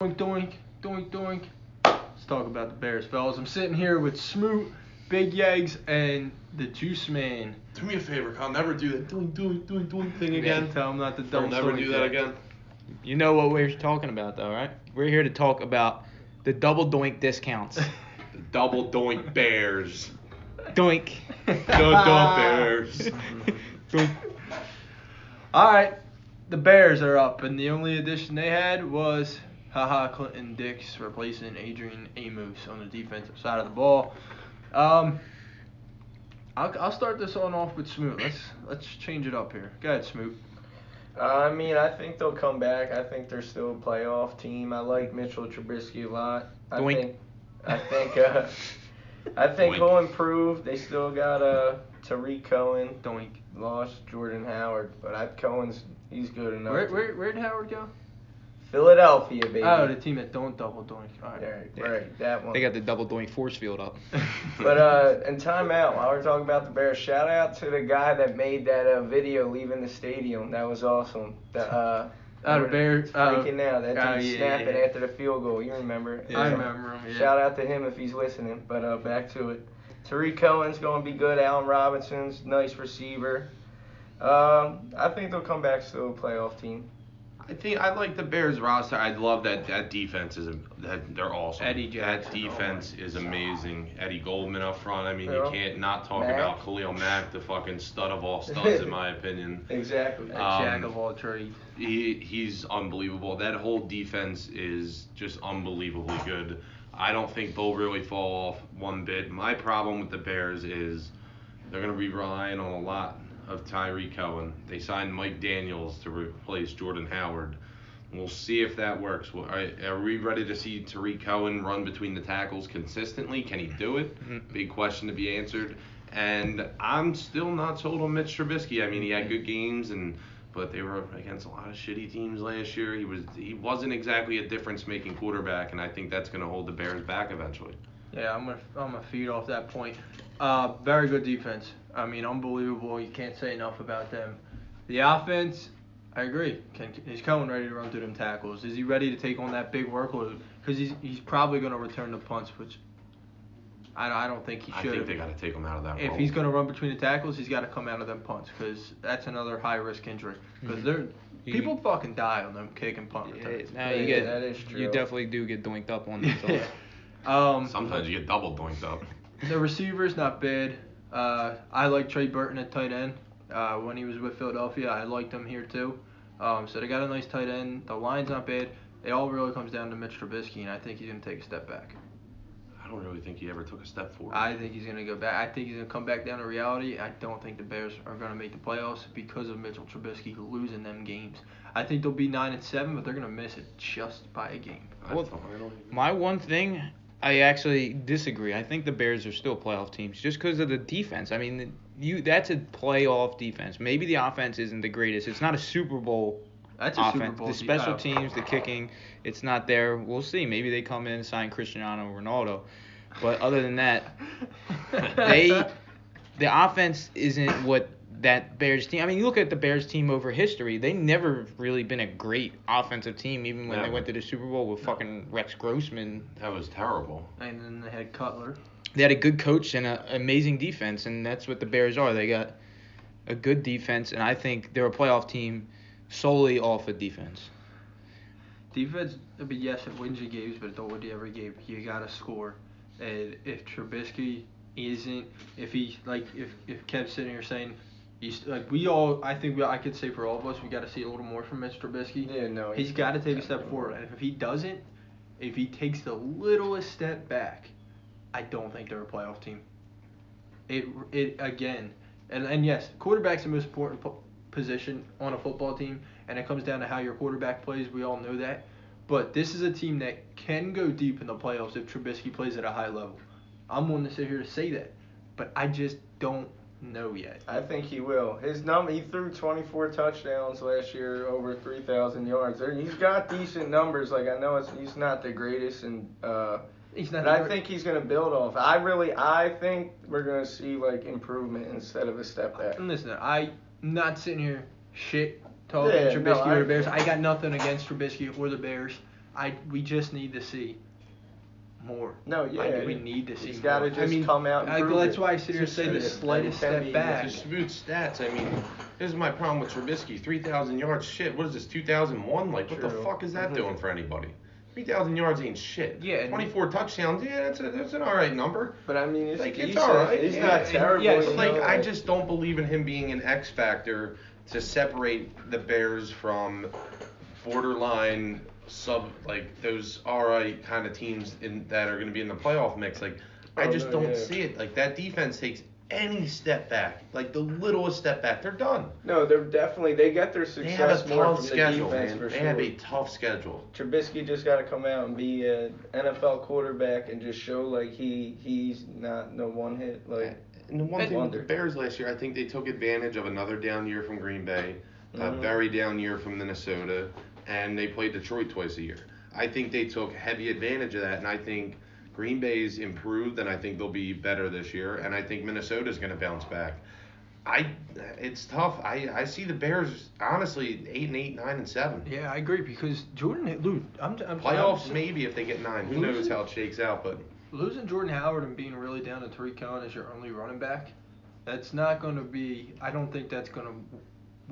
Doink, doink, doink, doink. Let's talk about the Bears, fellas. I'm sitting here with Smoot, Big Yeggs, and the Juice Man. Do me a favor, Kyle. Never do that doing doing doing doing thing Yeah, again. tell him not to I'll don't never do that again. You know what we're talking about, though, right? We're here to talk about the double doink discounts. The double doink bears. doink. No dump bears. Doink. All right, the Bears are up, and the only addition they had was haha Clinton Dix replacing Adrian Amos on the defensive side of the ball. Um, I'll, I'll start this on off with Smoot. Let's let's change it up here. Go ahead, Smoot. I mean, I think they'll come back. I think they're still a playoff team. I like Mitchell Trubisky a lot. I Doink. think, I think, uh, I Doink. think he'll improve. They still got uh, Tariq Cohen, Doink. lost Jordan Howard, but I Cohen's he's good enough. Where to- where where'd Howard go? Philadelphia, baby. Oh, the team that don't double doink. All right. Right, right, that one. They got the double doink force field up. But uh, in timeout, while we're talking about the Bears, shout out to the guy that made that uh, video leaving the stadium. That was awesome. The, uh, Oh, the Bears- oh. freaking out. That Oh, dude yeah, snapping yeah. after the field goal. You remember? I remember him. Yeah. Shout out to him if he's listening. But uh, back to it. Tariq Cohen's going to be good. Allen Robinson's nice receiver. Um, I think they'll come back still a playoff team. I think I like the Bears roster. I love that that defense is that they're awesome. Eddie Jackson, That oh my defense is amazing. Eddie Goldman up front. I mean, Yeah. you can't not talk Mack. about Khalil Mack, the fucking stud of all studs, in my opinion. Exactly. A Um, jack of all trades. He he's unbelievable. That whole defense is just unbelievably good. I don't think they'll really fall off one bit. My problem with the Bears is they're going to be relying on a lot of Tyree Cohen. They signed Mike Daniels to replace Jordan Howard. We'll see if that works. Well, Are, are we ready to see Tariq Cohen run between the tackles consistently? Can he do it? Mm-hmm. Big question to be answered. And I'm still not sold on Mitch Trubisky. I mean, he Mm-hmm. had good games, and but they were against a lot of shitty teams last year. He was he wasn't exactly a difference-making quarterback, and I think that's going to hold the Bears back eventually. Yeah, I'm gonna I'm gonna feed off that point. Uh, very good defense. I mean, unbelievable. You can't say enough about them. The offense, I agree. Can, is Cohen ready to run through them tackles? Is he ready to take on that big workload? Because he's he's probably gonna return the punts, which I don't, I don't think he I should. think they got to take him out of that. if role. he's gonna run between the tackles, he's got to come out of them punts because that's another high risk injury. Because they're You- people fucking die on them kick and punt Mm-hmm. Yeah, returns. now you Yeah, that get, is you true. definitely do get doinked up on these. Yeah. Um, sometimes you get double doinked up. The receiver's not bad. Uh, I like Trey Burton at tight end. Uh, when he was with Philadelphia, I liked him here too. Um, so they got a nice tight end. The line's not bad. It all really comes down to Mitch Trubisky, and I think he's gonna take a step back. I don't really think he ever took a step forward. I think he's gonna go back. I think he's gonna come back down to reality. I don't think the Bears are gonna make the playoffs because of Mitchell Trubisky losing them games. I think they'll be nine and seven, but they're gonna miss it just by a game. I Well, don't- I don't even- My one thing, I actually disagree. I think the Bears are still playoff teams just because of the defense. I mean, you that's a playoff defense. Maybe the offense isn't the greatest. It's not a Super Bowl That's a Super offense. Bowl. The de- special uh, teams, the kicking, it's not there. We'll see. Maybe they come in and sign Cristiano Ronaldo. But other than that, they the offense isn't what that Bears team. I mean, you look at the Bears team over history. They never really been a great offensive team, even when they Never. went to the Super Bowl with fucking Rex Grossman. that was terrible. and then they had Cutler. They had a good coach and an amazing defense, and that's what the Bears are. They got a good defense, and I think they're a playoff team solely off of defense. Defense, I mean, yes, it wins you games, but it don't win you every game. You gotta score. And if Trubisky isn't, if he like, if if Kev sitting here saying, he's like we all, I think we, I could say for all of us, we gotta see a little more from Mitch Trubisky. Yeah, no. He's got to take a step forward, and if he doesn't, if he takes the littlest step back, I don't think they're a playoff team. It it again, and and yes, quarterback's the most important po- position on a football team, and it comes down to how your quarterback plays. We all know that, but this is a team that can go deep in the playoffs if Trubisky plays at a high level. I'm one to sit here to say that, but I just don't know yet. I think he will. His number, he threw 24 touchdowns last year, over 3,000 yards. There- He's got decent numbers. Like I know it's, he's not the greatest in uh, He's not. But I think he's gonna build off. I really, I think we're gonna see like improvement instead of a step back. And Listen, I not sitting here shit talking Yeah, Trubisky no, or I- the Bears. I got nothing against Trubisky or the Bears. I we just need to see more. No, I, yeah, we yeah. need to see. He's more. gotta I just mean, come out and I, prove that's it. why I sit here and Just say the shoot it. slightest Ten step beat. back. Distribute stats. I mean, this is my problem with Trubisky. 3,000 yards, shit. What is this, 2001? Like, what the True. fuck is that doing for anybody? 3,000 yards ain't shit. Yeah, and- 24 touchdowns, yeah, that's, a, that's an alright number. But I mean, it's Like, it's decent. alright. He's Yeah, not and- terrible. yes, you Like, know, I just don't believe in him being an X factor to separate the Bears from borderline sub, like, those alright kind of teams in, that are going to be in the playoff mix. Like, I Oh, just no, don't yeah. see it. Like, that defense takes any step back, like, the littlest step back, they're done. No, they're definitely they get their They have success a more tough from the schedule, defense man. for They have a sure. tough schedule. Trubisky just got to come out and be an NFL quarterback and just show like he he's not no one hit like And the one And- thing with the Bears last year, I think they took advantage of another down year from Green Bay, a Mhm. very down year from Minnesota, and they played Detroit twice a year. I think they took heavy advantage of that, and I think Green Bay's improved, and I think they'll be better this year, and I think Minnesota's going to bounce back. I, it's tough. I, I see the Bears honestly eight and eight, nine and seven. Yeah, I agree because Jordan, dude, I'm, I'm Playoffs I'm- maybe if they get nine. Who knows how it shakes out, but Losing Jordan Howard and being really down to Tariq Cohen as your only running back, that's not going to be. I don't think that's going to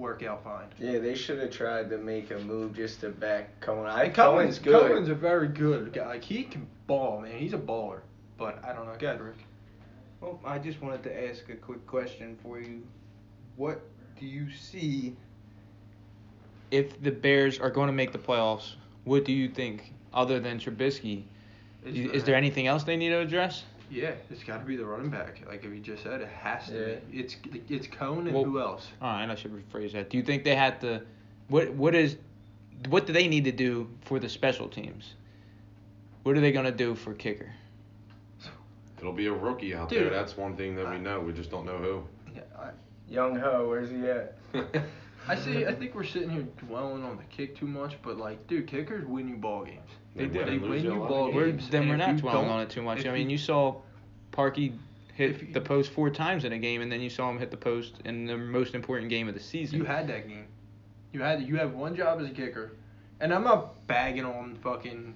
work out fine. yeah they should have tried to make a move just to back Cohen. I And Cohen's good. Cohen's a very good guy. Like he can ball, man. He's a baller. But I don't know. Go ahead, Rick. Well, oh, I just wanted to ask a quick question for you. What do you see? If the Bears are going to make the playoffs, what do you think other than Trubisky? Is, is there anything else they need to address? Yeah, it's got to be the running back. Like if you just said, it has to. Yeah. Be. It's it's Cohen and Well- who else? All right, Oh, I should rephrase that. Do you think they had to? What what is? What do they need to do for the special teams? What are they gonna do for kicker? it'll be a rookie out there. Dude. That's one thing that we know. We just don't know who. Yeah, I, Young Ho, where's he at? I see. I think we're sitting here dwelling on the kick too much, but like, dude, kickers win you ball games. They They, win they and win lose you a lot of ball games. We're, games. then and we're if not you dwelling don't- on it too much. if I mean, you you saw Parky hit If you- the post four times in a game, and then you saw him hit the post in the most important game of the season. You had that game. You had you have one job as a kicker, and I'm not bagging on fucking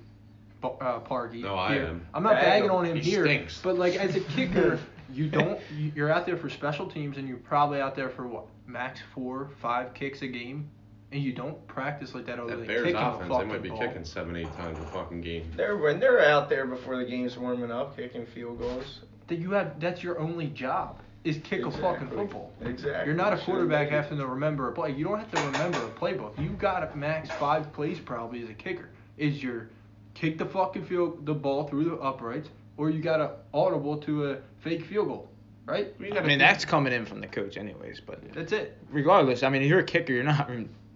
Bar- uh, Parky. No, I here. am. I'm not Bag bagging him. on him He here. stinks. But like as a kicker, you don't. you- You're out there for special teams, and you're probably out there for what max four, five kicks a game, and you don't practice like that other That than Bears kicking offense, a they fucking might be ball. kicking seven, eight times a fucking game. They're when they're out there before the game's warming up, kicking field goals. That you have. That's your only job is kick a fucking Exactly. football. Exactly. You're not a Should've quarterback made it. having to remember a play. You don't have to remember a playbook. You got to max five plays probably as a kicker. Is your kick the fucking field the ball through the uprights, or you got to audible to a fake field goal, right? I mean, that's coming in from the coach, anyways. But That's it. regardless, I mean, if you're a kicker, you're not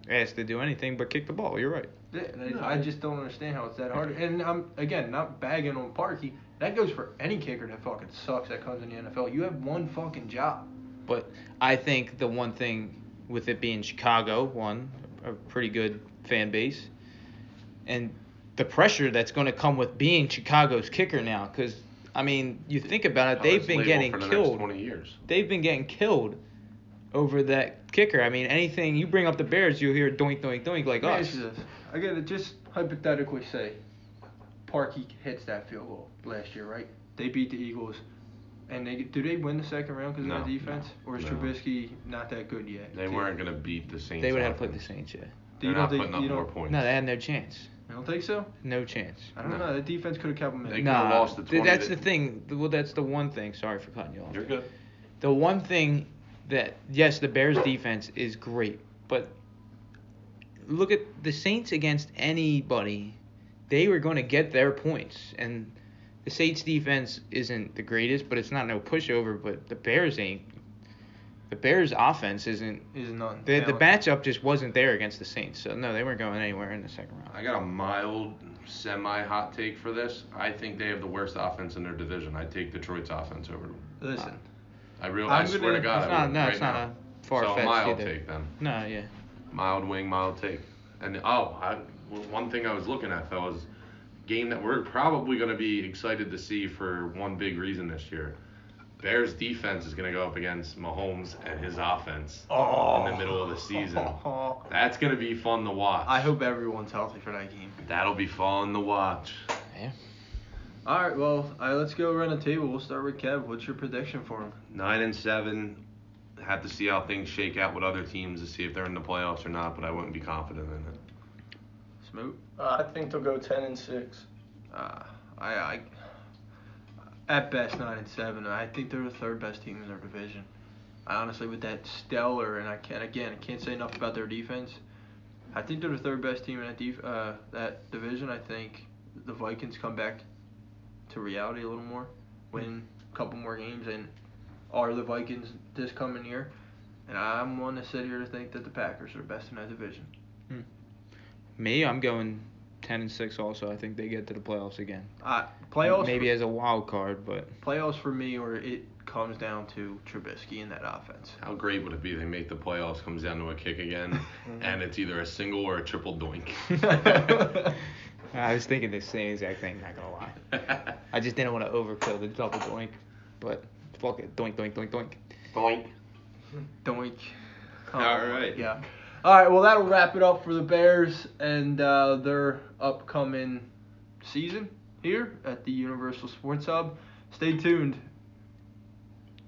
asked to do anything but kick the ball. You're right. Th- I just don't understand how it's that hard. And I'm again not bagging on Parky. That goes for any kicker that fucking sucks that comes in the NFL. You have one fucking job. But I think the one thing with it being Chicago, one, a pretty good fan base, and the pressure that's going to come with being Chicago's kicker now, because, I mean, you think about it, How they've Oh, it's been labeled getting for the Next killed. 20 years. They've been getting killed over that kicker. I mean, anything you bring up the Bears, you'll hear doink, doink, doink like Let me us. ask you this. I gotta just hypothetically say, Parky hits that field goal last year, right? They beat the Eagles, and they do they win the second round because No, of the defense, or is no. Trubisky not that good yet? They Do- weren't going to beat the Saints. They would have played the offense. Saints, yeah. Do you They're don't not think- putting up you don't- more points. No, they had no chance. You don't think so? No chance. I don't No. know. The defense could have kept them They in. could've Nah, lost the th- 20 that's that- the thing. Well, that's the one thing. Sorry for cutting you off. You're good. the one thing that yes, the Bears defense is great, but look at the Saints against anybody. They were going to get their points and the Saints defense isn't the greatest, but it's not no pushover, but the Bears ain't the Bears offense isn't Is none. the, the Talented. matchup just wasn't there against the Saints. So no, they weren't going anywhere in the second round. I got a mild, semi hot take for this. I think they have the worst offense in their division. I take Detroit's offense over them. Listen, I really, I'm I swear gonna- to God, it's I not would no, right it's not now. a far So a fetched mild either. take then. No, yeah. Mild wing, mild take. And oh, I, well, one thing I was looking at fellas, game that we're probably going to be excited to see for one big reason this year. Bears defense is going to go up against Mahomes and his offense in the middle of the season. That's going to be fun to watch. Oh. I hope everyone's healthy for that game. that'll be fun to watch. Yeah. All right, well, all right, let's go around the table. We'll start with Kev. What's your prediction for him? Nine and seven. Have to see how things shake out with other teams to see if they're in the playoffs or not, but I wouldn't be confident in it. Smoot? Uh, I think they'll go 10 and 6. Uh, I, I, at best nine and seven. I think they're the third best team in their division. I honestly, with that stellar, and I can't again, I can't say enough about their defense. I think they're the third best team in that def- uh, that division. I think the Vikings come back to reality a little more, win a couple more games, and are the Vikings this coming year. And I'm one to sit here to think that the Packers are best in that division. Hmm. Me, I'm going ten and six. Also, I think they get to the playoffs again. Uh, playoffs. Maybe as a wild card, but playoffs for me, or it comes down to Trubisky and that offense. How great would it be if they make the playoffs, comes down to a kick again, and it's either a single or a triple doink. I was thinking the same exact thing. Not gonna lie. I just didn't want to overkill the double doink, but fuck it, doink doink doink doink. doink. Hmm. Doink. All right. Yeah. All right. Well, that'll wrap it up for the Bears and uh, their upcoming season here at the Universal Sports Hub. Stay tuned